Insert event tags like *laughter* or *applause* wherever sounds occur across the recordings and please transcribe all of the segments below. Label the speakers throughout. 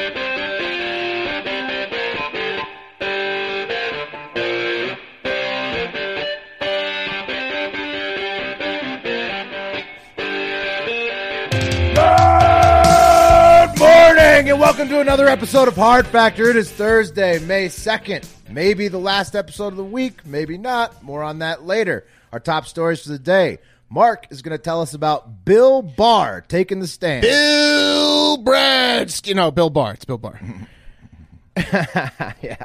Speaker 1: Good morning, and welcome to another episode of Hard Factor. It is Thursday, May 2nd. Maybe the last episode of the week, maybe not. More on that later. Our top stories for the day. Mark is going to tell us about Bill Barr taking the stand.
Speaker 2: Bill Brad, you know Bill Barr. It's Bill Barr.
Speaker 1: *laughs*
Speaker 3: Mm-hmm.
Speaker 1: yeah.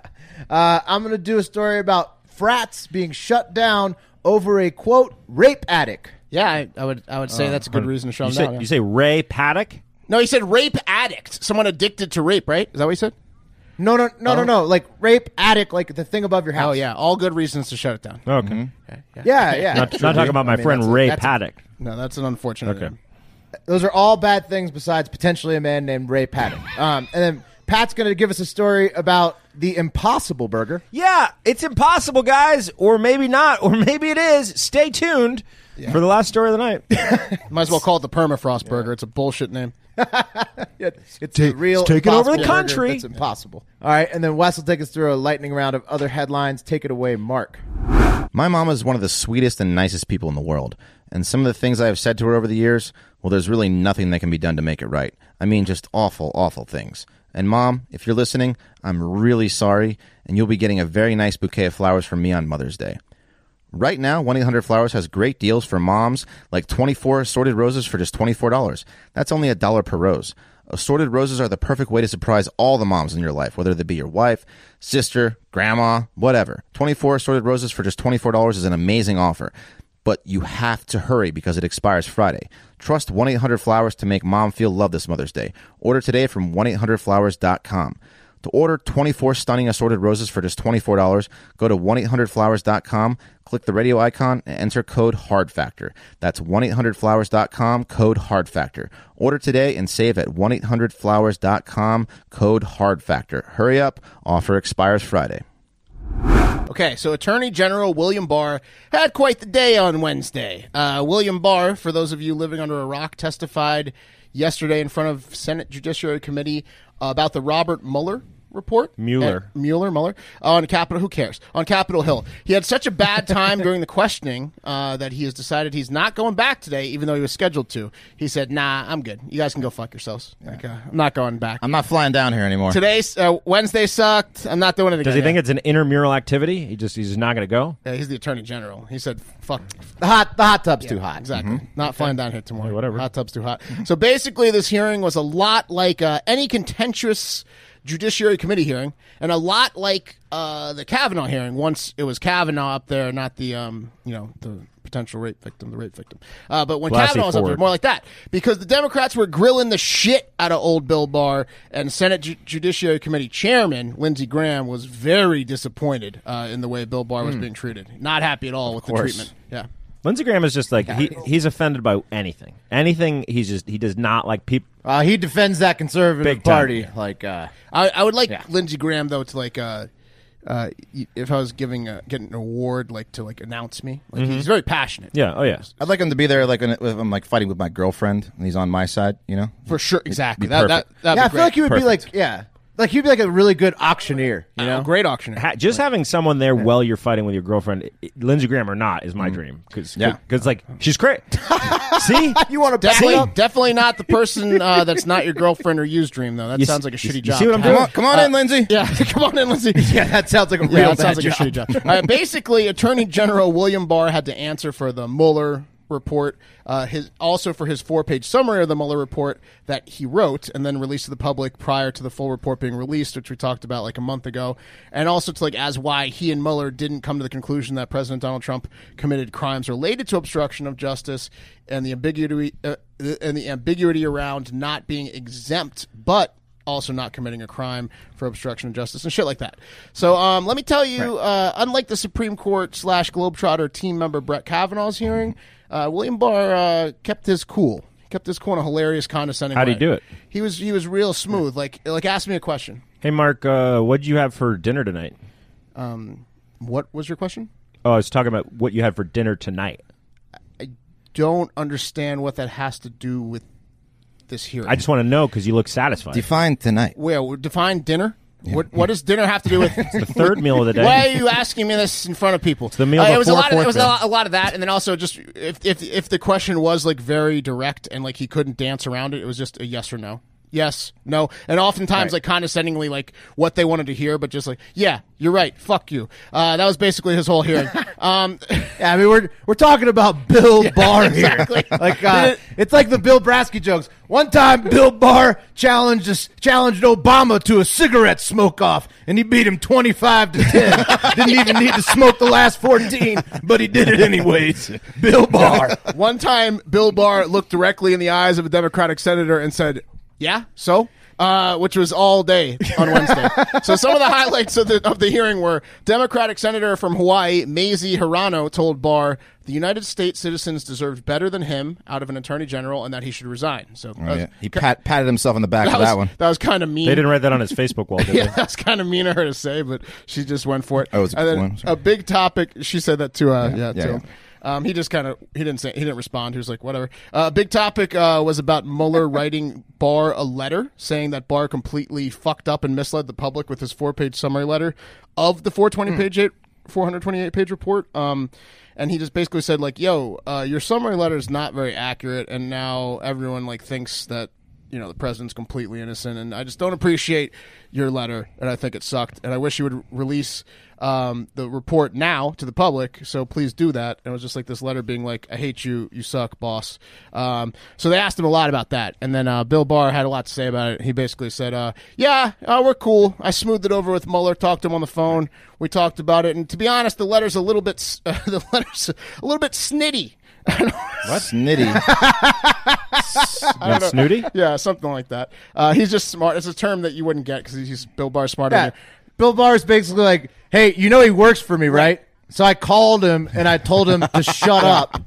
Speaker 1: Uh, I'm going to do a story about frats being shut down over a quote rape attic.
Speaker 2: Yeah, I, I would. I would say that's a good reason to shut
Speaker 3: Uh, You
Speaker 2: him
Speaker 3: say,
Speaker 2: down. yeah.
Speaker 3: you say Ray Paddock?
Speaker 2: no, he said rape addict, someone addicted to rape. Right? Is that what he said?
Speaker 1: No, no,
Speaker 3: Oh.
Speaker 1: no, no, no. Like rape attic, like the thing above your house.
Speaker 2: Oh yeah, all good reasons to shut it down.
Speaker 3: Okay.
Speaker 1: Yeah, yeah.
Speaker 3: *laughs* Not, not talking about my
Speaker 2: I mean,
Speaker 3: friend
Speaker 2: that's a-
Speaker 3: Ray
Speaker 2: that's a-
Speaker 3: Paddock.
Speaker 2: No, that's an unfortunate.
Speaker 3: Okay.
Speaker 2: name.
Speaker 1: Those are all bad things besides potentially a man named Ray Patton. Um, and then Pat's going to give us a story about the Impossible Burger.
Speaker 3: Yeah, it's impossible, guys, or maybe not, or maybe it is. Stay tuned for the last story of the night.
Speaker 2: Might as well call it the permafrost burger. It's a bullshit name.
Speaker 1: It's the real
Speaker 3: taking over
Speaker 1: Impossible
Speaker 3: the
Speaker 1: Burger
Speaker 3: country.
Speaker 1: That's impossible. All right, and then Wes will take us through a lightning round of other headlines. Take it away, Mark.
Speaker 4: My mom is one of the sweetest and nicest people in the world, and some of the things I have said to her over the years, well, there's really nothing that can be done to make it right. I mean, just awful, awful things. And mom, if you're listening, I'm really sorry, and you'll be getting a very nice bouquet of flowers from me on Mother's Day. Right now, 1 800 Flowers has great deals for moms, like 24 assorted roses for just $24. That's only a dollar per rose. Assorted roses are the perfect way to surprise all the moms in your life, whether they be your wife, sister, grandma, whatever. 24 assorted roses for just $24 is an amazing offer. But you have to hurry because it expires Friday. Trust 1 800 Flowers to make mom feel loved this Mother's Day. Order today from 1 800flowers.com. To order 24 stunning assorted roses for just $24, go to 1-800-Flowers.com, click the radio icon, and enter code HARDFACTOR. That's 1-800-Flowers.com, code HARDFACTOR. Order today and save at 1-800-Flowers.com, code HARDFACTOR. Hurry up. Offer expires Friday.
Speaker 2: Okay, so Attorney General William Barr had quite the day on Wednesday. Uh, William Barr, for those of you living under a rock, testified yesterday in front of Senate Judiciary Committee about the Robert Mueller report.
Speaker 3: Mueller.
Speaker 2: Uh, Mueller, Mueller. on Capitol, who cares? On Capitol Hill. He had such a bad time during the questioning uh, that he has decided he's not going back today, even though he was scheduled to. He said, nah, I'm good. You guys can go fuck yourselves. Like, uh, I'm not going back.
Speaker 4: I'm not flying down here anymore.
Speaker 2: Today's uh, Wednesday sucked. I'm not doing it again.
Speaker 3: Does he think it's an intramural activity? He just he's just not going to go.
Speaker 2: Yeah, he's the attorney general. He said, "Fuck,
Speaker 1: The hot, the hot tub's too hot. Mm-hmm.
Speaker 2: exactly. Not flying down here tomorrow.
Speaker 3: Yeah, whatever.
Speaker 2: Hot tub's too hot." so basically, this hearing was a lot like uh, any contentious judiciary committee hearing, and a lot like uh, the Kavanaugh hearing. Once it was Kavanaugh up there, not the um, you know, the potential rape victim, the rape victim. Uh, but when
Speaker 3: Blasey
Speaker 2: Kavanaugh was up there,
Speaker 3: Ford.
Speaker 2: more like that, because the Democrats were grilling the shit out of old Bill Barr, and Senate Ju- Judiciary Committee Chairman Lindsey Graham was very disappointed uh, in the way Bill Barr
Speaker 3: Hmm.
Speaker 2: was being treated. Not happy at all with the treatment. Yeah.
Speaker 3: Lindsey Graham is just like he, he's offended by anything. Anything he's just he does not like people.
Speaker 1: Uh, he defends that conservative
Speaker 3: Big time.
Speaker 1: party. Like, uh,
Speaker 2: I, I would like Lindsey Graham though to like uh, uh, y- if I was giving a, getting an award like to like announce me. Like he's very passionate.
Speaker 3: Mm-hmm. Yeah. Oh yeah.
Speaker 2: Uh,
Speaker 4: I'd like him to be there like when it- if I'm like fighting with my girlfriend and he's on my side, you know?
Speaker 2: for sure. Exactly.
Speaker 4: be
Speaker 2: That, that,
Speaker 4: perfect.
Speaker 2: that'd
Speaker 1: yeah, I
Speaker 2: be
Speaker 1: feel like he
Speaker 2: great.
Speaker 1: would be like, yeah, like he'd be like a really good auctioneer. You know,
Speaker 2: a great auctioneer.
Speaker 3: Ha- just having someone there while you're fighting with your girlfriend, i- i- Lindsey Graham or not, is
Speaker 2: Mm-hmm.
Speaker 3: my dream. Because
Speaker 4: Yeah.
Speaker 3: like
Speaker 2: *laughs*
Speaker 3: she's great. See,
Speaker 1: you want to back
Speaker 2: Definitely,
Speaker 1: up?
Speaker 2: definitely not the person uh, that's not your girlfriend or you's dream though. That
Speaker 3: You
Speaker 2: sounds
Speaker 3: see-
Speaker 2: like a
Speaker 3: you
Speaker 2: shitty
Speaker 3: see
Speaker 2: job.
Speaker 3: what I'm Uh,
Speaker 2: Tom.
Speaker 4: Come on, come on in, Lindsay.
Speaker 2: Yeah, *laughs* come on in, Lindsay.
Speaker 1: Yeah, that sounds like a real
Speaker 2: Yeah, that
Speaker 1: bad
Speaker 2: sounds like a shitty job. All right, basically, Attorney General William Barr had to answer for the Mueller report, uh, his also for his four-page summary of the Mueller report that he wrote and then released to the public prior to the full report being released, which we talked about like a month ago, and also to like as why he and Mueller didn't come to the conclusion that President Donald Trump committed crimes related to obstruction of justice and the ambiguity uh, and the ambiguity around not being exempt, but also not committing a crime for obstruction of justice and shit like that. So um, let me tell you, uh, unlike the Supreme Court slash Globetrotter team member Brett Kavanaugh's hearing, uh, William Barr uh, kept his cool. He Kept his cool in a hilarious, condescending.
Speaker 3: How'd he
Speaker 2: way.
Speaker 3: do it?
Speaker 2: He was he was real smooth. Like like ask me a question.
Speaker 3: Hey, Mark, uh, what did you have for dinner tonight?
Speaker 2: What was your question?
Speaker 3: Oh, I was talking about what you had for dinner tonight.
Speaker 2: Don't understand what that has to do with this hearing.
Speaker 3: I just want to know because you look satisfied.
Speaker 4: Define tonight.
Speaker 2: well, define dinner. What what does dinner have to do
Speaker 3: *laughs*
Speaker 2: with
Speaker 3: the third meal of the day.
Speaker 2: Why are you asking me this in front of people?
Speaker 3: the meal
Speaker 2: Uh, it
Speaker 3: before
Speaker 2: was a lot. Of, it
Speaker 3: fourth
Speaker 2: was a
Speaker 3: meal.
Speaker 2: lot, a lot of that, and then also just if if if the question was like very direct and like he couldn't dance around it, it was just a yes or no. Yes, no, and oftentimes like condescendingly, like what they wanted to hear, but just like, yeah, you're right, fuck you. Uh, that was basically his
Speaker 1: *laughs*
Speaker 2: whole hearing. um,
Speaker 1: Yeah, I mean we're we're talking about
Speaker 2: *laughs*
Speaker 1: Bill Barr
Speaker 2: exactly.
Speaker 1: here. Like uh, *laughs* it's like the Bill Brasky jokes. One time, Bill Barr challenged us, challenged Obama to a cigarette smoke off, and he beat him twenty five to ten. *laughs* Didn't even need to smoke the last fourteen, but he did it anyways. Bill Barr.
Speaker 2: One time, Bill Barr looked directly in the eyes of a Democratic senator and said, "Yeah, so." Uh, which was all day on
Speaker 4: *laughs*
Speaker 2: Wednesday. so some of the highlights of the of the hearing were Democratic senator from Hawaii Mazie Hirano told Barr the United States citizens deserved better than him out of an attorney general and that he should resign. So that was-
Speaker 4: Oh, Yeah. He pat, patted himself on the back
Speaker 2: that
Speaker 4: for
Speaker 2: was, *laughs*
Speaker 4: that one.
Speaker 2: that was kind of mean.
Speaker 3: They didn't write that on his Facebook wall, did
Speaker 2: *laughs* Yeah,
Speaker 3: they?
Speaker 2: that's kind of mean of her to say, but she just went for it.
Speaker 4: Oh, it was a
Speaker 2: and
Speaker 4: good
Speaker 2: then
Speaker 4: one, sorry.
Speaker 2: a big topic. She said that to uh, yeah,
Speaker 4: yeah,
Speaker 2: to
Speaker 4: yeah.
Speaker 2: him. Um, he just kind of he didn't say he didn't respond. He was like whatever. A big topic uh, was about Mueller *laughs* writing Barr a letter saying that Barr completely fucked up and misled the public with his four page summary letter of the
Speaker 4: Hmm.
Speaker 2: 420 page eight. 428 page report um and he just basically said like yo uh, your summary letter is not very accurate and now everyone like thinks that you know the president's completely innocent and i just don't appreciate your letter and i think it sucked and i wish you would release um, the report now to the public so please do that and it was just like this letter being like i hate you you suck boss um, so they asked him a lot about that and then uh, bill barr had a lot to say about it he basically said uh, yeah uh, we're cool i smoothed it over with mueller talked to him on the phone we talked about it and to be honest the letter's a little bit s- *laughs* uh, the letter's a little bit snitty
Speaker 4: What? Snitty.
Speaker 3: And snooty?
Speaker 2: *laughs* yeah, something like that. Uh, he's just smart. It's a term that you wouldn't get because he's Bill Barr smart.
Speaker 1: Yeah. Bill Barr is basically like, hey, you know he works for me, right? So I called him and I told him to shut up.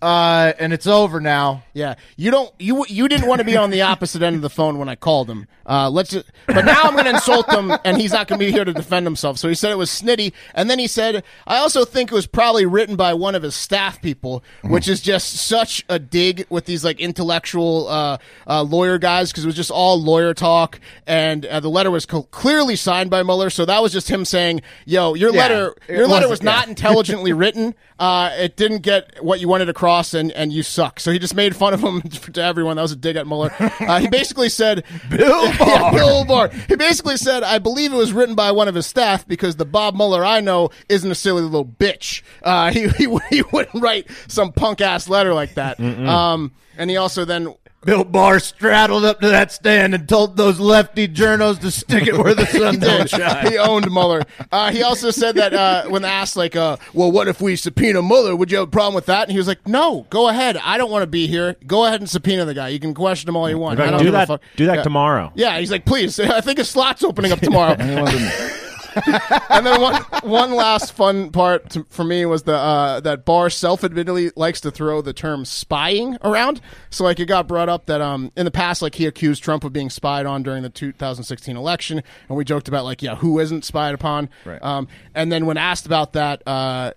Speaker 1: Uh, and it's over now.
Speaker 2: Yeah, you don't you you didn't want to be on the opposite end of the phone when I called him. Uh, let's just, but now I'm going to insult him, and he's not going to be here to defend himself. So he said it was snitty, and then he said, "I also think it was probably written by one of his staff people," which is just such a dig with these like intellectual uh, uh, lawyer guys because it was just all lawyer talk, and uh, the letter was co- clearly signed by Mueller, so that was just him saying, "Yo, your letter,
Speaker 1: it
Speaker 2: your letter
Speaker 1: wasn't-
Speaker 2: was
Speaker 1: yeah.
Speaker 2: not." *laughs* intelligently written. Uh, it didn't get what you wanted across, and, and you suck. So he just made fun of him *laughs* to everyone. That was a dig at Mueller. Uh, he basically said, *laughs* Bill Barr. Bill Barr. He basically said, I believe it was written by one of his staff because the Bob Mueller I know isn't a silly little bitch. Uh, *laughs* he, he, would- he wouldn't write some punk ass letter like that. Um, and he also then.
Speaker 1: Bill Barr straddled up to that stand and told those lefty journos to stick it where the *laughs* sun don't shine.
Speaker 2: he owned Mueller. Uh, he also said that uh, when asked, like, uh, well, what if we subpoena Mueller? Would you have a problem with that? And he was like, no, go ahead. I don't want to be here. Go ahead and subpoena the guy. You can question him all you want.
Speaker 3: In fact,
Speaker 2: I don't
Speaker 3: do
Speaker 2: give
Speaker 3: that-
Speaker 2: a fuck.
Speaker 3: do that
Speaker 2: Yeah.
Speaker 3: tomorrow.
Speaker 2: Yeah, he's like, please. *laughs* I think a slot's opening up tomorrow.
Speaker 4: Wasn't-
Speaker 2: *laughs* and then one one last fun part to, for me was the uh, that Barr self admittedly likes to throw the term spying around. So like it got brought up that um in the past like he accused Trump of being spied on during the 2016 election, and we joked about like yeah who isn't spied upon.
Speaker 4: Right.
Speaker 2: Um, and then when asked about that. Uh,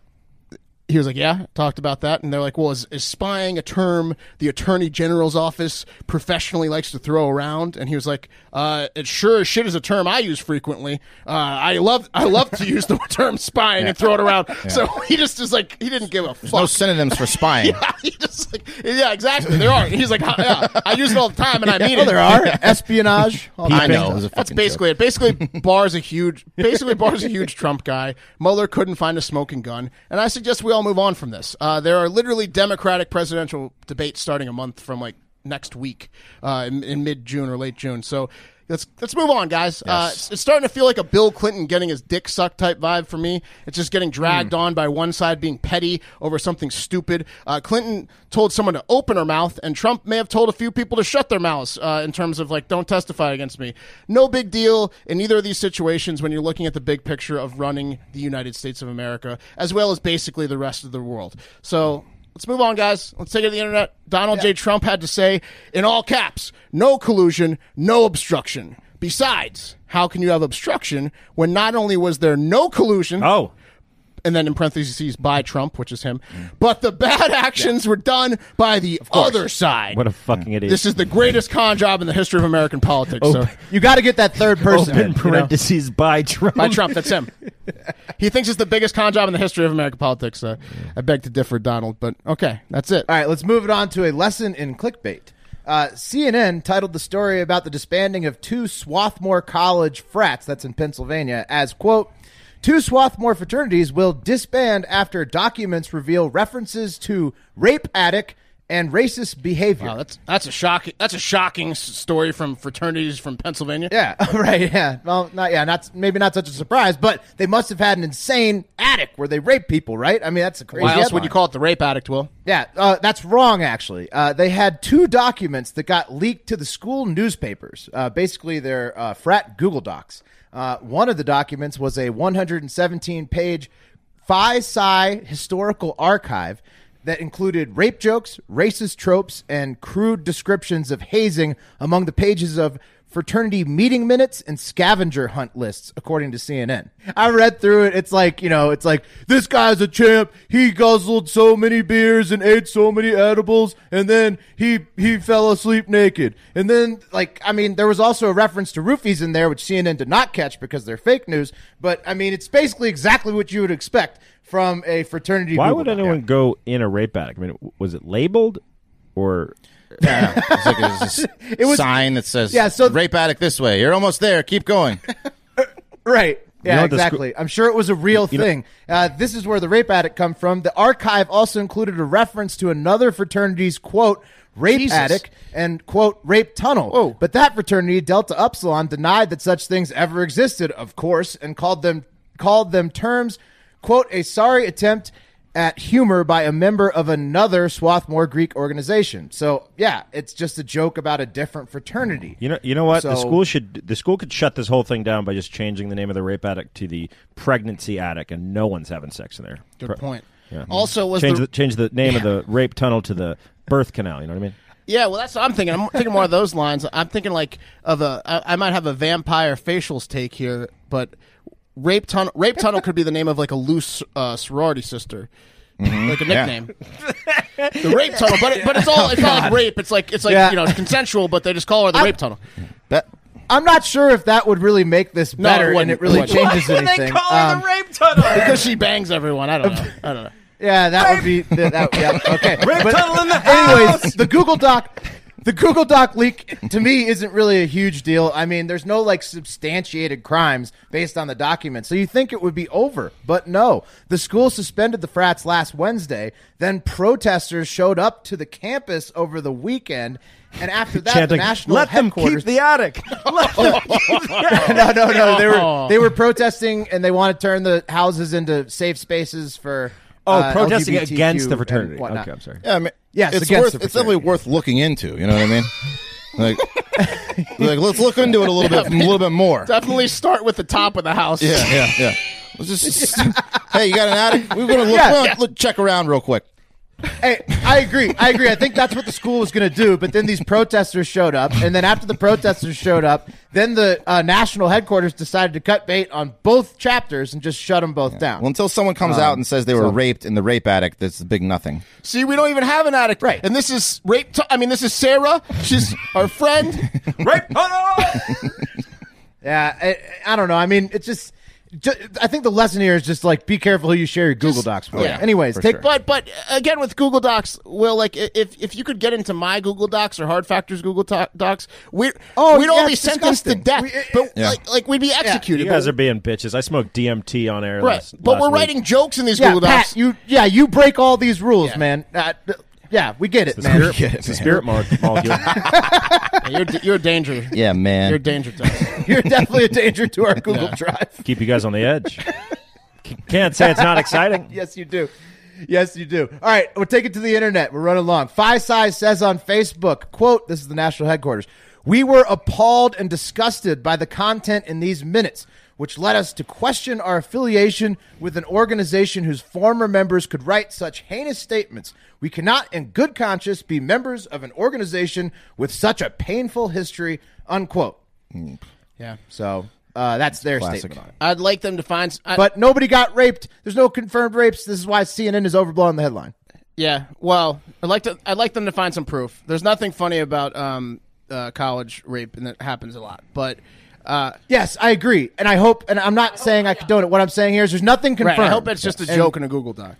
Speaker 2: he was like, "Yeah, talked about that," and they're like, "Well, is, is spying a term the Attorney General's office professionally likes to throw around?" And he was like, uh, "It sure as shit is a term I use frequently. Uh, I love I love to use the *laughs* term spying and throw it around." So *laughs* he just is like, he didn't give a fuck.
Speaker 4: no synonyms for *laughs* spying.
Speaker 2: *laughs* he just like, yeah, exactly. There are. He's like, yeah, I use it all
Speaker 1: *laughs*
Speaker 2: the time, and I mean
Speaker 1: Oh,
Speaker 2: it.
Speaker 1: there are espionage. all that.
Speaker 4: I know. It was a
Speaker 2: That's
Speaker 4: fucking
Speaker 2: basically it. Basically, Barr's a huge, basically Barr's a huge Trump guy. Mueller couldn't find a smoking gun, and I suggest we all all move on from this. Uh, there are literally Democratic presidential debates starting a month from like next week, uh, in, in mid June or late June. So let's let's move on, guys. Uh, it's, it's starting to feel like a Bill Clinton getting his dick sucked type vibe for me. It's just getting
Speaker 4: Hmm.
Speaker 2: dragged on by one side being petty over something stupid. Uh, Clinton told someone to open her mouth, and Trump may have told a few people to shut their mouths uh, in terms of like don't testify against me. No big deal in either of these situations when you're looking at the big picture of running the United States of America as well as basically the rest of the world. So Let's move on, guys. Let's take it to the internet. Donald J. Trump had to say, in all caps, no collusion, no obstruction. Besides, how can you have obstruction when not only was there no collusion,
Speaker 3: Oh,
Speaker 2: and then in parentheses by Trump, which is him, but the bad *laughs* actions were done by the other side.
Speaker 3: what a fucking idiot!
Speaker 2: this is the greatest con job in the history of American politics. so.
Speaker 1: You got to get that
Speaker 2: *laughs*
Speaker 1: third person.
Speaker 3: open
Speaker 1: you know?
Speaker 3: parentheses by Trump.
Speaker 2: By Trump, that's him. he thinks it's the biggest con job in the history of American politics. Uh, I beg to differ, Donald, but okay, that's it.
Speaker 1: All right, let's move it on to a lesson in clickbait. Uh, CNN titled the story about the disbanding of two Swarthmore College frats, that's in Pennsylvania, as, quote, two Swarthmore fraternities will disband after documents reveal references to rape addict and racist behavior.
Speaker 2: Wow, that's that's a shocking that's a shocking s- story from fraternities from Pennsylvania.
Speaker 1: yeah, *laughs* right. Yeah. Well, not yeah, not maybe not such a surprise, but they must have had an insane attic where they rape people, right? I mean, that's a crazy.
Speaker 2: Why else would
Speaker 1: headline.
Speaker 2: you call it the rape addict? Will
Speaker 1: Yeah, uh, that's wrong, actually. Uh, they had two documents that got leaked to the school newspapers, uh, basically their uh, frat Google Docs. Uh, one of the documents was a 117 page Phi Psi historical archive that included rape jokes, racist tropes, and crude descriptions of hazing among the pages of fraternity meeting minutes and scavenger hunt lists, according to CNN. I read through it. It's like, you know, it's like, this guy's a champ. He guzzled so many beers and ate so many edibles. And then he, he fell asleep naked. And then, like, I mean, there was also a reference to roofies in there, which CNN did not catch because they're fake news. But I mean, it's basically exactly what you would expect from a fraternity.
Speaker 3: Why
Speaker 1: Google
Speaker 3: would
Speaker 1: Doc.
Speaker 3: anyone go in a rape attic? I mean, w- was it labeled or
Speaker 4: It's like a s-
Speaker 1: It was-
Speaker 4: sign that says
Speaker 1: Yeah, so-
Speaker 4: rape addict this way. You're almost there. Keep going.
Speaker 1: *laughs* Right. Yeah,
Speaker 3: know what the sc-
Speaker 1: exactly. I'm sure it was a real
Speaker 3: know-
Speaker 1: thing. uh, this is where the rape addict come from. The archive also included a reference to another fraternity's quote rape
Speaker 2: Jesus.
Speaker 1: addict and quote rape tunnel.
Speaker 3: Oh.
Speaker 2: Whoa.
Speaker 1: But that fraternity, Delta Upsilon, denied that such things ever existed, of course, and called them called them terms quote a sorry attempt at humor by a member of another Swarthmore Greek organization. So yeah, it's just a joke about a different fraternity.
Speaker 3: you know? You know what? the
Speaker 1: So-
Speaker 3: school should the school could shut this whole thing down by just changing the name of the rape attic to the pregnancy attic, and no one's having sex in there.
Speaker 2: good
Speaker 3: Pre-
Speaker 2: point. Also, was
Speaker 3: change
Speaker 2: the,
Speaker 3: the, change the name of the rape tunnel to the birth canal. You know what I mean?
Speaker 2: yeah? Well, that's what I'm thinking. I'm thinking more of those lines. I'm thinking like of a I, I might have a vampire facials take here, but rape tunnel rape tunnel could be the name of like a loose uh, sorority sister. Like a nickname, the rape tunnel, but it, but it's all it's not like rape. It's like it's like
Speaker 1: Yeah.
Speaker 2: you know it's consensual, but they just call her the rape tunnel.
Speaker 4: That
Speaker 1: I'm not sure if that would really make this
Speaker 2: No, it
Speaker 1: better and
Speaker 2: wouldn't.
Speaker 1: it really
Speaker 2: It wouldn't.
Speaker 1: changes anything. Um,
Speaker 3: rape tunnel.
Speaker 2: because she bangs everyone. I don't know. I don't know.
Speaker 1: yeah, that would be that, that, yeah,
Speaker 3: *laughs*
Speaker 1: okay. But
Speaker 3: tunnel in the
Speaker 1: anyways, the Google Doc the Google Doc leak to me isn't really a huge deal. I mean, there's no like substantiated crimes based on the document. So you think it would be over, but no. The school suspended the frats last Wednesday, then protesters showed up to the campus over the weekend, and after that
Speaker 3: Chanting,
Speaker 1: the national
Speaker 3: let them keep
Speaker 1: headquarters
Speaker 3: the attic. Let them keep the attic.
Speaker 1: no, no, no. They were
Speaker 2: Oh.
Speaker 1: they were protesting, and they want to turn the houses into safe spaces for.
Speaker 3: Oh,
Speaker 1: uh,
Speaker 3: protesting
Speaker 1: LGBTQ
Speaker 3: against the
Speaker 1: and
Speaker 3: fraternity.
Speaker 1: whatnot.
Speaker 3: Okay, I'm sorry.
Speaker 4: yeah, I mean,
Speaker 1: Yes,
Speaker 4: it's
Speaker 1: against
Speaker 4: worth.
Speaker 1: the
Speaker 4: It's definitely
Speaker 1: fraternity.
Speaker 4: worth looking into. You know what I *laughs* mean? like, like let's look into it a little bit, a little bit more.
Speaker 2: Definitely start with the top of the house.
Speaker 4: Yeah, yeah, yeah. Let's just. *laughs* hey, you got an attic? We're gonna look,
Speaker 1: Yeah.
Speaker 4: we're gonna look- check around real quick.
Speaker 1: Hey, I agree. I agree. I think that's what the school was going to do, but then these protesters showed up, and then after the protesters showed up, then the uh, national headquarters decided to cut bait on both chapters and just shut them both down.
Speaker 4: Well, until someone comes out and says they were raped in the rape attic, that's the big nothing.
Speaker 2: See, we don't even have an addict. Right. And this is rape. T- I mean, this is Sarah. She's our friend.
Speaker 3: *laughs* Rape tunnel.
Speaker 1: Yeah, I, I don't know. I mean, it's just ju- I think the lesson here is just like be careful who you share your Google Docs with.
Speaker 2: oh, yeah,
Speaker 1: Anyways,
Speaker 4: Oh, for
Speaker 1: take
Speaker 4: sure.
Speaker 2: But but again with Google Docs, Will, like i- if if you could get into my Google Docs or Hard Factors Google to- Docs, we
Speaker 1: Oh,
Speaker 2: we'd
Speaker 1: yeah,
Speaker 2: all be
Speaker 1: it's
Speaker 2: sentenced to
Speaker 1: disgusting.
Speaker 2: death,
Speaker 1: We- it-
Speaker 2: but
Speaker 4: Yeah.
Speaker 2: like like we'd be executed.
Speaker 3: You guys are being bitches. I smoked DMT on air.
Speaker 2: right,
Speaker 3: last-
Speaker 2: but
Speaker 3: last
Speaker 2: we're
Speaker 3: week.
Speaker 2: writing jokes in these
Speaker 1: yeah,
Speaker 2: Google
Speaker 1: Pat,
Speaker 2: Docs.
Speaker 1: you yeah you break all these rules, man. Uh, th- yeah, we get it,
Speaker 3: *laughs*
Speaker 1: man.
Speaker 4: Spirit-
Speaker 1: *laughs*
Speaker 3: It's a *laughs* spirit mo- molecule.
Speaker 2: you're d- you're
Speaker 1: *laughs*
Speaker 2: a danger.
Speaker 4: Yeah, man.
Speaker 2: You're a danger to us.
Speaker 1: You're definitely a danger to our Google Drive.
Speaker 3: Keep you guys on the edge. C- Can't say it's not
Speaker 1: *laughs*
Speaker 3: exciting.
Speaker 1: Yes, you do. Yes, you do. All right, we'll take it to the internet. We're running long. Five Size says on Facebook, quote, this is the national headquarters. We were appalled and disgusted by the content in these minutes, which led us to question our affiliation with an organization whose former members could write such heinous statements. We cannot in good conscience be members of an organization with such a painful history, unquote.
Speaker 2: Yeah.
Speaker 1: So uh, that's their
Speaker 4: classic.
Speaker 1: statement on it.
Speaker 2: I'd like them to find. s- I-
Speaker 1: But nobody got raped. There's no confirmed rapes. This is why CNN is overblowing the headline.
Speaker 2: Yeah. Well, I'd like to. I'd like them to find some proof. There's nothing funny about um, uh, college rape, and that happens a lot. But uh,
Speaker 1: Yes, I agree, and I hope. And I'm not saying I condone it. What I'm saying here is there's nothing confirmed.
Speaker 2: right, I hope it's just a
Speaker 1: And-
Speaker 2: joke in a Google Doc.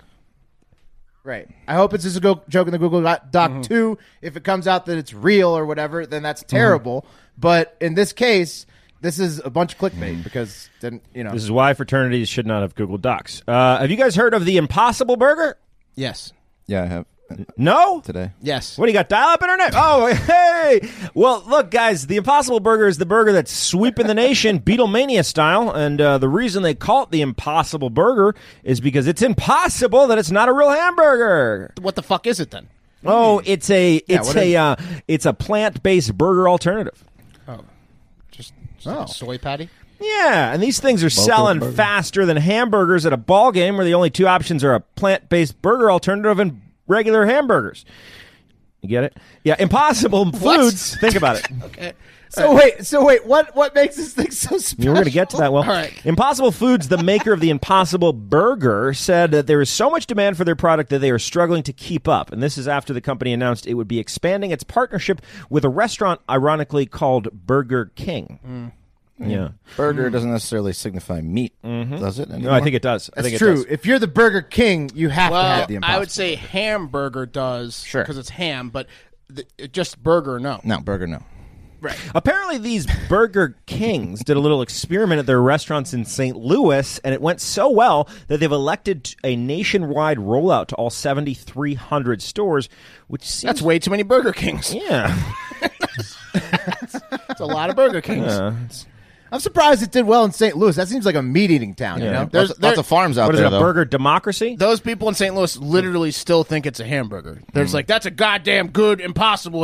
Speaker 1: Right. I hope it's just a go- joke in the Google Doc *laughs* doc too. If it comes out that it's real or whatever, then that's
Speaker 3: Mm-hmm.
Speaker 1: terrible. But in this case, this is a bunch of clickbait because then you know.
Speaker 3: This Mm-hmm. is why fraternities should not have Google Docs. Uh, have you guys heard of the Impossible Burger?
Speaker 2: Yes.
Speaker 4: Yeah, I have
Speaker 3: No.
Speaker 4: today.
Speaker 2: Yes.
Speaker 3: What do you got? Dial up internet? Oh, hey! Well, look, guys, the Impossible Burger is the burger that's sweeping the
Speaker 1: *laughs*
Speaker 3: nation, Beatlemania style. And uh, the reason they call it the Impossible Burger is because it's impossible that it's not a real hamburger.
Speaker 2: What the fuck is it then?
Speaker 3: Oh, it's a it's
Speaker 1: what is-
Speaker 3: a uh, it's a plant based burger alternative.
Speaker 2: Just, just
Speaker 1: Oh.
Speaker 2: like a soy patty.
Speaker 3: Yeah, and these things are selling faster than hamburgers at a ball game, where the only two options are a plant-based burger alternative and regular hamburgers. You get it? Yeah, impossible foods. Think about it.
Speaker 2: Okay.
Speaker 1: so wait, so wait, what what makes this thing so special?
Speaker 3: We're going to get to that. Well,
Speaker 2: All right.
Speaker 3: Impossible Foods, the maker of the Impossible Burger, said that there is so much demand for their product that they are struggling to keep up. And this is after the company announced it would be expanding its partnership with a restaurant, ironically called Burger King. Yeah.
Speaker 4: Burger doesn't necessarily signify meat, does it?
Speaker 3: No, I think it does. I
Speaker 1: That's
Speaker 3: think it
Speaker 1: true.
Speaker 3: does.
Speaker 1: If you're the Burger King, you have to
Speaker 2: Well,
Speaker 1: have the.
Speaker 2: I
Speaker 1: Impossible.
Speaker 2: would say hamburger does
Speaker 4: Sure.
Speaker 2: because it's ham, but th- it just burger no.
Speaker 4: No, burger, no.
Speaker 3: Apparently, these Burger Kings did a little experiment at their restaurants in St. Louis, and it went so well that they've elected a nationwide rollout to all 7,300 stores, which seems.
Speaker 2: That's way too many
Speaker 1: *laughs*
Speaker 2: Burger Kings.
Speaker 3: yeah.
Speaker 2: That's a lot of Burger Kings.
Speaker 1: I'm surprised it did well in St. Louis. That seems like a meeting town. You know,
Speaker 4: There's
Speaker 2: There's-
Speaker 4: lots,
Speaker 2: there-
Speaker 4: of farms out
Speaker 3: What is
Speaker 4: there,
Speaker 3: it, a
Speaker 4: though.
Speaker 1: *laughs*
Speaker 3: burger democracy?
Speaker 2: Those people in St. Louis literally still think it's a hamburger. They're
Speaker 3: Mm.
Speaker 2: just like, that's a goddamn good, impossible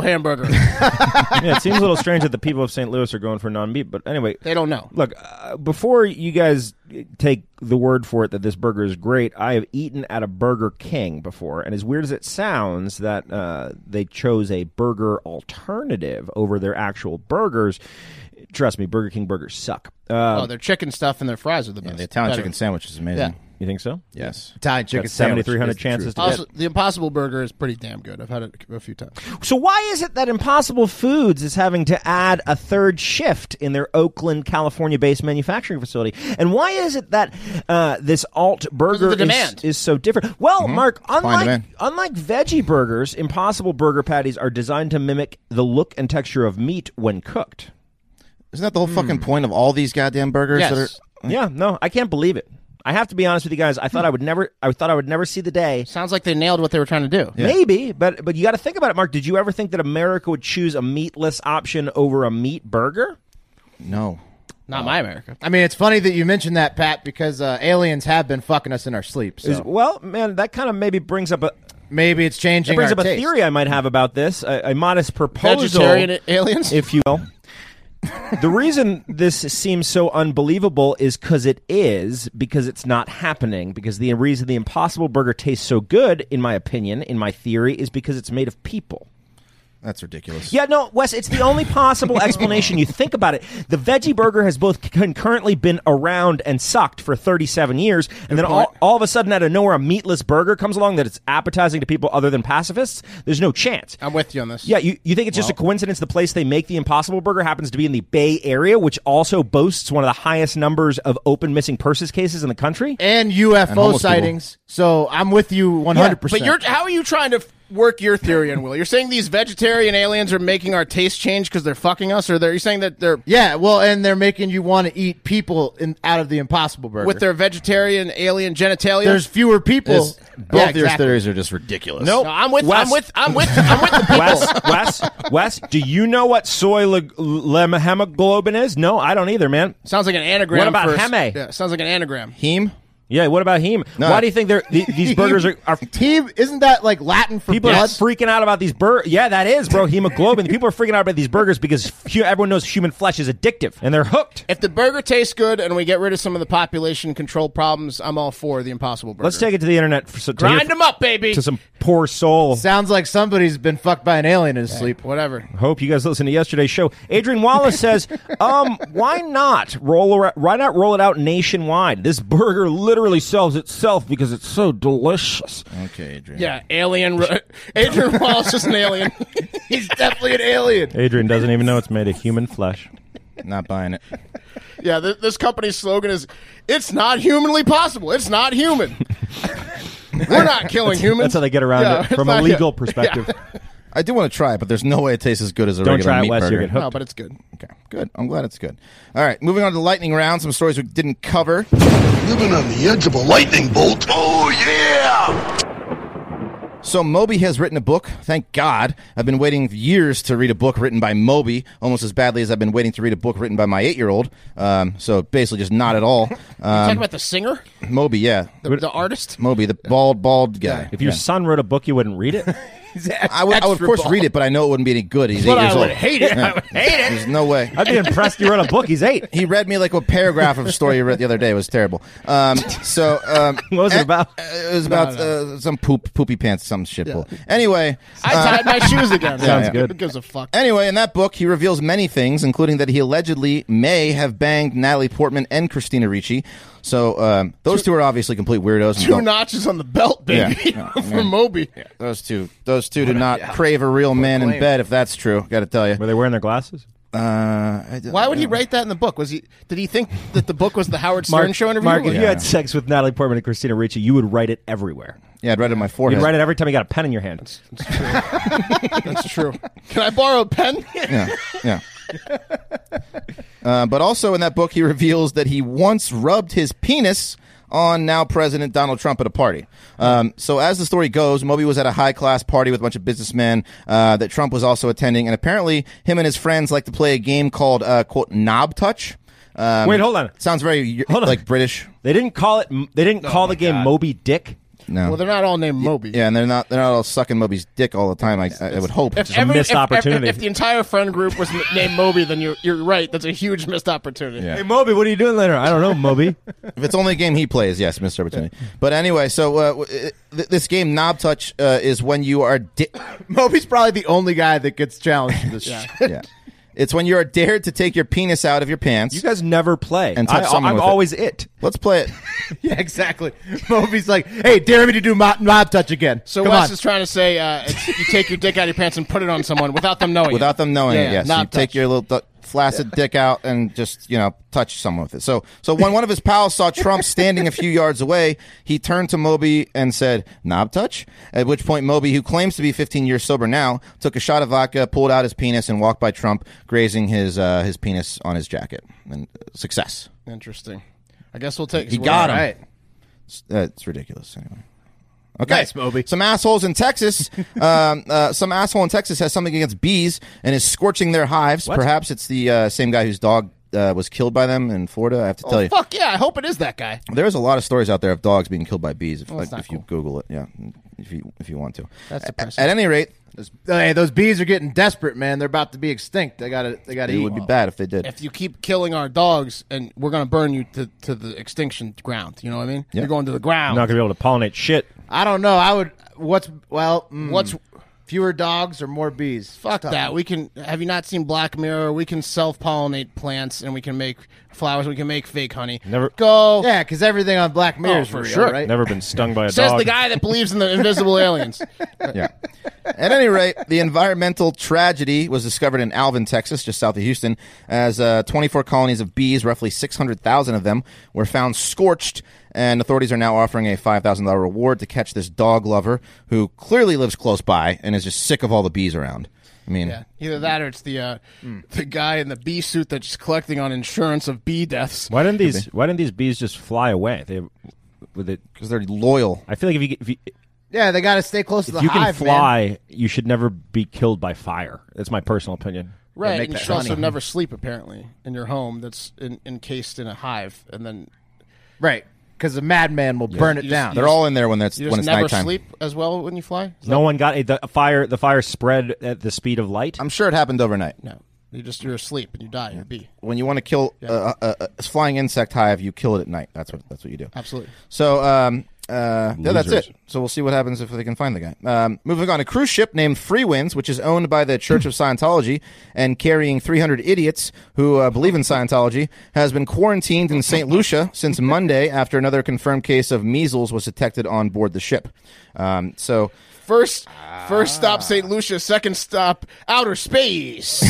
Speaker 1: *laughs*
Speaker 2: hamburger.
Speaker 3: yeah, it seems a little strange that the people of St. Louis are going for non meat, but anyway.
Speaker 2: they don't know.
Speaker 3: Look, uh, before you guys take the word for it that this burger is great, I have eaten at a Burger King before, and as weird as it sounds that uh, they chose a burger alternative over their actual burgers, trust me, Burger King burgers suck. Uh,
Speaker 2: oh, their chicken stuff and their fries are the best.
Speaker 4: The Italian
Speaker 2: Better.
Speaker 4: chicken sandwich is amazing.
Speaker 3: you think so?
Speaker 4: Yes.
Speaker 1: Italian chicken
Speaker 3: Got 7,300
Speaker 1: sandwich is the truth.
Speaker 3: chances to
Speaker 2: Also, the Impossible Burger is pretty damn good. I've had it a few times.
Speaker 3: So why is it that Impossible Foods is having to add a third shift in their Oakland, California-based manufacturing facility? And why is it that uh, this alt burger
Speaker 2: the
Speaker 3: is,
Speaker 2: demand. Mm-hmm.
Speaker 3: is so different? Well, Mark, unlike
Speaker 4: demand.
Speaker 3: unlike veggie burgers, Impossible Burger patties are designed to mimic the look and texture of meat when cooked.
Speaker 4: Isn't that the whole fucking point of all these goddamn burgers
Speaker 2: Yes.
Speaker 4: that are.
Speaker 2: Mm.
Speaker 3: Yeah, no, I can't believe it. I have to be honest with you guys. I thought
Speaker 2: Hmm.
Speaker 3: I would never. I thought I would never see the day.
Speaker 2: Sounds like they nailed what they were trying to do.
Speaker 3: Maybe, but but you got to think about it, Mark. Did you ever think that America would choose a meatless option over a meat burger?
Speaker 4: No.
Speaker 2: Not my America.
Speaker 1: I mean, it's funny that you mentioned that, Pat, because uh, aliens have been fucking us in our sleep. So
Speaker 3: Is- well, man, that kind of maybe brings up a
Speaker 1: maybe it's changing.
Speaker 3: that brings
Speaker 1: our
Speaker 3: up a
Speaker 1: taste.
Speaker 3: theory I might have about this, a, a modest proposal,
Speaker 2: Vegetarian aliens?
Speaker 3: if you will. the reason this seems so unbelievable is because it is, because it's not happening. Because the reason the Impossible Burger tastes so good, in my opinion, in my theory, is because it's made of people.
Speaker 4: That's ridiculous.
Speaker 3: Yeah, no, Wes, it's the
Speaker 2: *laughs*
Speaker 3: only possible explanation. You think about it. The veggie burger has both concurrently been around and sucked for 37 years, and then all, all of a sudden, out of nowhere, a meatless burger comes along that it's appetizing to people other than pacifists. There's no chance.
Speaker 2: I'm with you on this.
Speaker 3: Yeah, you, you think it's just a coincidence the place they make the Impossible Burger happens to be in the Bay Area, which also boasts one of the highest numbers of open missing purses cases in the country?
Speaker 1: and
Speaker 4: And
Speaker 1: UFO
Speaker 4: homeless people.
Speaker 1: sightings. So I'm with you 100. percent
Speaker 2: But you're how are you trying to f- work your theory in Will? You're saying these vegetarian aliens are making our taste change because they're fucking us, or they're you saying that they're
Speaker 1: yeah, well, and they're making you want to eat people in out of the Impossible Burger.
Speaker 2: with their vegetarian alien genitalia?
Speaker 1: there's fewer people.
Speaker 4: This- both
Speaker 1: yeah,
Speaker 4: your
Speaker 1: exactly.
Speaker 4: theories are just ridiculous.
Speaker 2: no, I'm with,
Speaker 3: Wes-
Speaker 2: I'm with, I'm with, I'm with the people.
Speaker 3: Wes, Wes, Wes, do you know what soy le- lem- hemoglobin is? No, I don't either, man.
Speaker 2: *laughs* Sounds like an anagram.
Speaker 3: What about
Speaker 2: for,
Speaker 3: Heme?
Speaker 2: Yeah, sounds like an anagram.
Speaker 4: Heme?
Speaker 3: Yeah, what about heme? Why do you think they're, the, these burgers
Speaker 2: *laughs*
Speaker 3: are, are
Speaker 1: Team, isn't that like Latin for
Speaker 3: people are
Speaker 1: blood?
Speaker 3: freaking out about these burgers? Yeah, that is, bro. Hemoglobin. people are freaking out about these burgers because hu- everyone knows human flesh is addictive, and they're hooked.
Speaker 2: If the burger tastes good and we get rid of some of the population control problems, I'm all for the impossible burger.
Speaker 3: Let's take it to the internet for so, to, hear
Speaker 2: grind them up, baby.
Speaker 3: to some poor soul.
Speaker 1: Sounds like somebody's been fucked by an alien in his sleep.
Speaker 2: Whatever.
Speaker 3: Hope you guys listened to yesterday's show. Adrian Wallace says,
Speaker 2: *laughs*
Speaker 3: um, why not roll ar- why not roll it out nationwide? This burger literally sells itself because it's so delicious.
Speaker 4: Okay, Adrian.
Speaker 2: Yeah, alien. Ro- Adrian Wallace is an alien. *laughs*
Speaker 1: He's definitely an alien.
Speaker 3: Adrian doesn't even know it's made of human flesh.
Speaker 4: Not buying it.
Speaker 2: yeah, th- this company's slogan is, "It's not humanly possible. It's not
Speaker 3: *laughs*
Speaker 2: human. We're not killing humans."
Speaker 3: That's how they get around
Speaker 2: Yeah,
Speaker 3: it
Speaker 2: it's
Speaker 3: from a
Speaker 2: not- *laughs*
Speaker 3: legal
Speaker 2: yeah.
Speaker 3: perspective.
Speaker 4: *laughs* I do want to try it, but there's no way it tastes as good as a
Speaker 3: Don't
Speaker 4: regular
Speaker 3: try it,
Speaker 4: meat
Speaker 3: Wes.
Speaker 4: burger.
Speaker 3: You'll get hooked.
Speaker 2: No, but it's good.
Speaker 4: Okay, good. I'm glad it's good. All right, moving on to the lightning round. Some stories we didn't cover.
Speaker 5: Living on the edge of a lightning bolt. Oh, yeah!
Speaker 4: So Moby has written a book. Thank God. I've been waiting years to read a book written by Moby, almost as badly as I've been waiting to read a book written by my eight-year-old. Um, so basically, just not at
Speaker 2: *laughs*
Speaker 4: all.
Speaker 2: Talking
Speaker 4: Um,
Speaker 2: about the singer,
Speaker 4: Moby, yeah,
Speaker 2: the, the artist.
Speaker 4: Moby, the bald, bald guy.
Speaker 3: If your son wrote a book, you wouldn't read it.
Speaker 4: *laughs* I would, I would of course read it, but I know it wouldn't be any good. He's
Speaker 2: But
Speaker 4: eight
Speaker 2: I
Speaker 4: years
Speaker 2: would
Speaker 4: old.
Speaker 2: hate it. I would hate it.
Speaker 4: There's no way.
Speaker 3: I'd be impressed. You wrote a book. He's
Speaker 4: *laughs*
Speaker 3: eight. *laughs*
Speaker 4: He read me like a paragraph of a story you read the other day. It was terrible. Um, so um,
Speaker 3: What was it
Speaker 4: eh,
Speaker 3: about?
Speaker 4: eh, It was about Uh, some poop, poopy pants, some shit. bull. Anyway,
Speaker 2: I tied my shoes again.
Speaker 3: *laughs* Sounds yeah. good.
Speaker 2: Who gives a fuck?
Speaker 4: Anyway, in that book, he reveals many things, including that he allegedly may have banged Natalie Portman and Christina Ricci. So um, those two are obviously complete weirdos. and
Speaker 2: Two
Speaker 4: don't-
Speaker 2: notches on the belt, *laughs* baby,
Speaker 4: Yeah.
Speaker 2: for Moby.
Speaker 4: *laughs* those two, those two do not crave a real man in bed. If that's true, got to tell you.
Speaker 3: Were they wearing their glasses?
Speaker 4: Uh, I don't-
Speaker 2: Why would he write that in the book? Was he? Did he think that the book was the Howard Stern show interview?
Speaker 3: Mark, if you
Speaker 4: Yeah.
Speaker 3: had sex with Natalie Portman and Christina Ricci, you would write it everywhere.
Speaker 4: Yeah, I'd write it on my
Speaker 3: You'd
Speaker 4: forehead.
Speaker 3: write it every time you got a pen in your hand.
Speaker 2: That's
Speaker 4: *laughs*
Speaker 2: true. *laughs* Can I borrow a pen? *laughs*
Speaker 4: yeah, yeah. *laughs* Uh, but also in that book, he reveals that he once rubbed his penis on now President Donald Trump at a party. Um, so as the story goes, Moby was at a high class party with a bunch of businessmen uh, that Trump was also attending, and apparently him and his friends like to play a game called uh, "quote knob touch." Um,
Speaker 3: Wait, hold on.
Speaker 4: Sounds very
Speaker 3: Hold on.
Speaker 4: like British.
Speaker 3: They didn't call it. They didn't call the game Moby Dick.
Speaker 4: No.
Speaker 2: Well, they're not all named Moby.
Speaker 4: yeah, and they're not they're not all sucking Moby's dick all the time. I, I, I would hope.
Speaker 2: If
Speaker 3: a
Speaker 2: every-
Speaker 3: missed
Speaker 2: if- if-
Speaker 3: opportunity.
Speaker 2: If, the entire friend group was m- named Moby, then you're, you're right. That's a huge missed opportunity.
Speaker 4: Yeah.
Speaker 3: Hey, Moby, what are you doing later? I don't know,
Speaker 4: *laughs*
Speaker 3: Moby.
Speaker 4: If it's only a game he plays, yes, Mr. Opportunity. But anyway, so uh, w- uh, th- this game, Knob Touch, uh, is when you are. Di-
Speaker 1: *coughs* Moby's probably the only guy that gets challenged in this shit.
Speaker 4: yeah. It's when you are dared to take your penis out of your pants.
Speaker 3: You guys never play.
Speaker 4: And touch
Speaker 3: I,
Speaker 4: someone
Speaker 3: I'm
Speaker 4: with it.
Speaker 3: always it.
Speaker 4: Let's play it.
Speaker 1: Yeah, exactly. Moby's like, hey, dare me to do mob, mob touch again.
Speaker 2: So
Speaker 1: Come
Speaker 2: Wes
Speaker 1: on.
Speaker 2: is trying to say uh, it's, you take your dick out of your pants and put it on someone without them knowing.
Speaker 4: Without them knowing
Speaker 2: Yeah,
Speaker 4: it,
Speaker 2: yeah,
Speaker 4: yes.
Speaker 2: knob
Speaker 4: you take
Speaker 2: touch.
Speaker 4: your little du- flaccid dick out and just, you know, touch someone with it. So, so when one of his pals saw Trump standing a few yards away, he turned to Moby and said, Knob Touch? At which point, Moby, who claims to be 15 years sober now, took a shot of vodka, pulled out his penis, and walked by Trump, grazing his, uh, his penis on his jacket. And uh, success.
Speaker 2: Interesting. I guess we'll take.
Speaker 4: He got
Speaker 2: all
Speaker 4: him.
Speaker 2: right.
Speaker 4: That's ridiculous. Anyway. Okay.
Speaker 1: Nice, Moby.
Speaker 4: Some assholes
Speaker 2: *laughs*
Speaker 4: in Texas. um, uh, some asshole in Texas has something against bees and is scorching their hives. Perhaps it's the uh, same guy whose dog uh, was killed by them in Florida. I have to tell you,
Speaker 2: Oh, Fuck yeah! I hope it is that guy.
Speaker 4: there's a lot of stories out there of dogs being killed by bees. If, like,
Speaker 2: that's not
Speaker 4: if you Google it, yeah, if you if you want to.
Speaker 2: That's
Speaker 4: A-
Speaker 2: depressing.
Speaker 4: At any rate,
Speaker 1: hey, those bees are getting desperate, man. They're about to be extinct. They gotta, they gotta
Speaker 4: it
Speaker 1: eat.
Speaker 4: would be bad if they did.
Speaker 2: If you keep killing our dogs, and we're gonna burn you to, to the extinction ground. You know what I mean? You're going to the
Speaker 3: I'm
Speaker 2: ground.
Speaker 3: not gonna be able to pollinate shit.
Speaker 1: I don't know. I would. What's well? mm,
Speaker 2: What's
Speaker 1: Fewer dogs or more bees.
Speaker 2: Fuck that. We can. Have you not seen Black Mirror? We can self pollinate plants and we can make flowers. We can make fake honey.
Speaker 3: Never-
Speaker 2: go.
Speaker 1: Yeah, because everything on Black Mirror
Speaker 2: Oh,
Speaker 1: is
Speaker 2: for
Speaker 1: real,
Speaker 2: sure.
Speaker 1: right?
Speaker 3: Never been stung by a
Speaker 2: Says
Speaker 3: dog.
Speaker 2: the guy that believes in the
Speaker 3: *laughs*
Speaker 2: invisible aliens.
Speaker 4: Yeah. At any rate, the environmental tragedy was discovered in Alvin, Texas, just south of Houston, as uh, 24 colonies of bees, roughly 600,000 of them, were found scorched, and authorities are now offering a $5,000 reward to catch this dog lover who clearly lives close by and is just sick of all the bees around. I mean,
Speaker 2: Yeah, either that or it's the uh,
Speaker 1: Mm.
Speaker 2: the guy in the bee suit that's collecting on insurance of bee deaths.
Speaker 3: Why didn't these Why didn't these bees just fly away? They, with it,
Speaker 4: because they're loyal.
Speaker 3: I feel like if you get- if you,
Speaker 1: Yeah, they got to stay close to the
Speaker 3: if you can
Speaker 1: hive, man.
Speaker 3: fly, you should never be killed by fire. That's my personal opinion.
Speaker 2: Right,
Speaker 4: make
Speaker 2: and you
Speaker 4: that
Speaker 2: should also
Speaker 4: honey.
Speaker 2: never sleep apparently in your home that's in, encased in a hive, and then
Speaker 1: Right, because a madman will burn it
Speaker 2: You just-
Speaker 1: down.
Speaker 2: you
Speaker 4: They're all in there when it's
Speaker 2: you
Speaker 4: when
Speaker 2: just
Speaker 4: it's
Speaker 2: never
Speaker 4: nighttime.
Speaker 2: sleep as well when you fly.
Speaker 3: No one got it. The fire. The fire spread at the speed of light.
Speaker 4: I'm sure it happened overnight.
Speaker 2: No, you just you're asleep and you die. You're a bee.
Speaker 4: When you want to kill uh, a, a, a flying insect hive, you kill it at night. That's what that's what you do.
Speaker 2: Absolutely.
Speaker 4: So um, uh, yeah, that's
Speaker 3: Losers.
Speaker 4: it. So we'll see what happens if they can find the guy. Um, moving on, a cruise ship named Free Winds, which is owned by the Church of Scientology and carrying 300 idiots who uh, believe in Scientology, has been quarantined in St. Lucia since Monday after another confirmed case of measles was detected on board the ship. Um, so
Speaker 2: First, first
Speaker 4: Ah.
Speaker 2: stop St. Lucia. Second stop outer
Speaker 4: *laughs*
Speaker 2: space.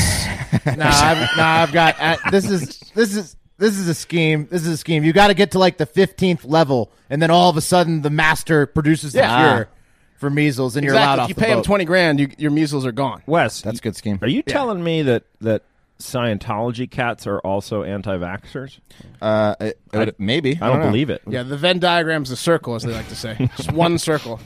Speaker 1: nah,
Speaker 2: *laughs*
Speaker 1: I've, nah, I've got I, this is this is this is a scheme. This is a scheme. You got to get to like the fifteenth level, and then all of a sudden, the master produces the
Speaker 2: Yeah.
Speaker 1: cure for measles, and you're allowed
Speaker 2: exactly.
Speaker 1: off
Speaker 2: If you
Speaker 1: the
Speaker 2: pay him
Speaker 1: boat.
Speaker 2: twenty grand, you, your measles are gone.
Speaker 3: Wes,
Speaker 4: that's a good scheme.
Speaker 3: Are you telling me that that Scientology cats are also anti-vaxxers?
Speaker 4: Uh, it- it would- maybe
Speaker 3: I don't
Speaker 4: know.
Speaker 3: believe it.
Speaker 2: Yeah, the Venn diagram's a circle, as they like to
Speaker 4: *laughs*
Speaker 2: say. Just one circle.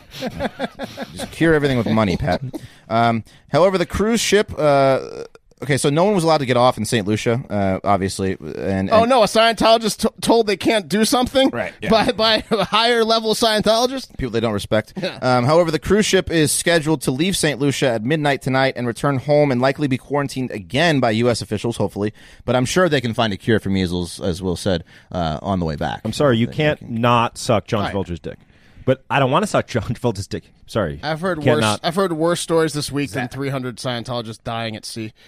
Speaker 4: Cure everything with money, Pat. Um, however, the cruise ship. Uh, okay, so no one was allowed to get off in St. Lucia, uh, obviously. And,
Speaker 2: Oh
Speaker 4: and-
Speaker 2: no, a Scientologist t- told they can't do something right, by by a higher level Scientologist.
Speaker 4: people they don't respect. Um, however, the cruise ship is scheduled to leave St. Lucia at midnight tonight and return home and likely be quarantined again by U.S. officials, hopefully. But I'm sure they can find a cure for measles, as Will said, uh, on the way back.
Speaker 3: I'm sorry, you can't not suck John Travolta's dick. But I don't want to suck *laughs* John Travolta's dick. Sorry,
Speaker 2: I've heard worse.
Speaker 3: Cannot.
Speaker 2: I've heard worse stories this week than 300 Scientologists dying at sea. *laughs*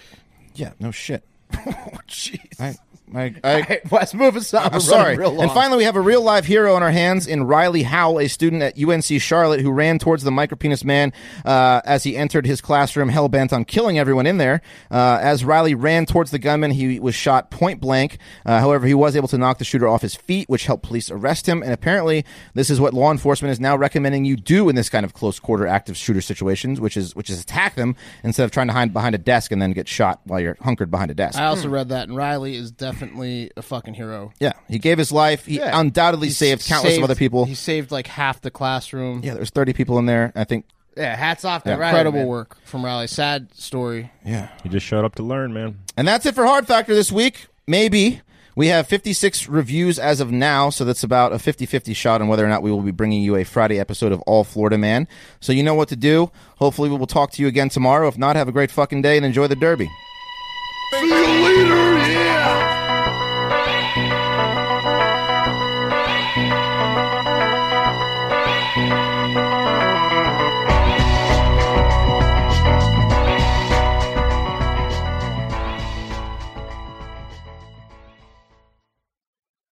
Speaker 4: Yeah, no shit.
Speaker 3: *laughs*
Speaker 4: Jeez.
Speaker 1: Hey, *laughs* Wes, move us up.
Speaker 4: I'm sorry. And finally, we have a real live hero on our hands in Riley Howell, a student at UNC Charlotte who ran towards the micropenis man uh, as he entered his classroom, hell bent on killing everyone in there. Uh, as Riley ran towards the gunman, he was shot point blank. Uh, however, he was able to knock the shooter off his feet, which helped police arrest him. And apparently, this is what law enforcement is now recommending you do in this kind of close quarter active shooter situations, which is which is attack them instead of trying to hide behind a desk and then get shot while you're hunkered behind a desk.
Speaker 2: I also read that, and Riley is definitely a fucking hero.
Speaker 4: Yeah, he gave his life. He undoubtedly saved countless
Speaker 2: Saved-
Speaker 4: of other people.
Speaker 2: He saved like half the classroom.
Speaker 4: Yeah, there's 30 people in there. I think.
Speaker 1: yeah, hats off to Riley,
Speaker 2: Incredible
Speaker 1: man.
Speaker 2: work from Riley. Sad story.
Speaker 4: Yeah.
Speaker 3: you just showed up to learn, man.
Speaker 4: And that's it for Hard Factor this week. Maybe. We have 56 reviews as of now, so that's about a 50 50 shot on whether or not we will be bringing you a Friday episode of All Florida Man. So you know what to do. Hopefully, we will talk to you again tomorrow. If not, have a great fucking day and enjoy the Derby.
Speaker 5: See you later.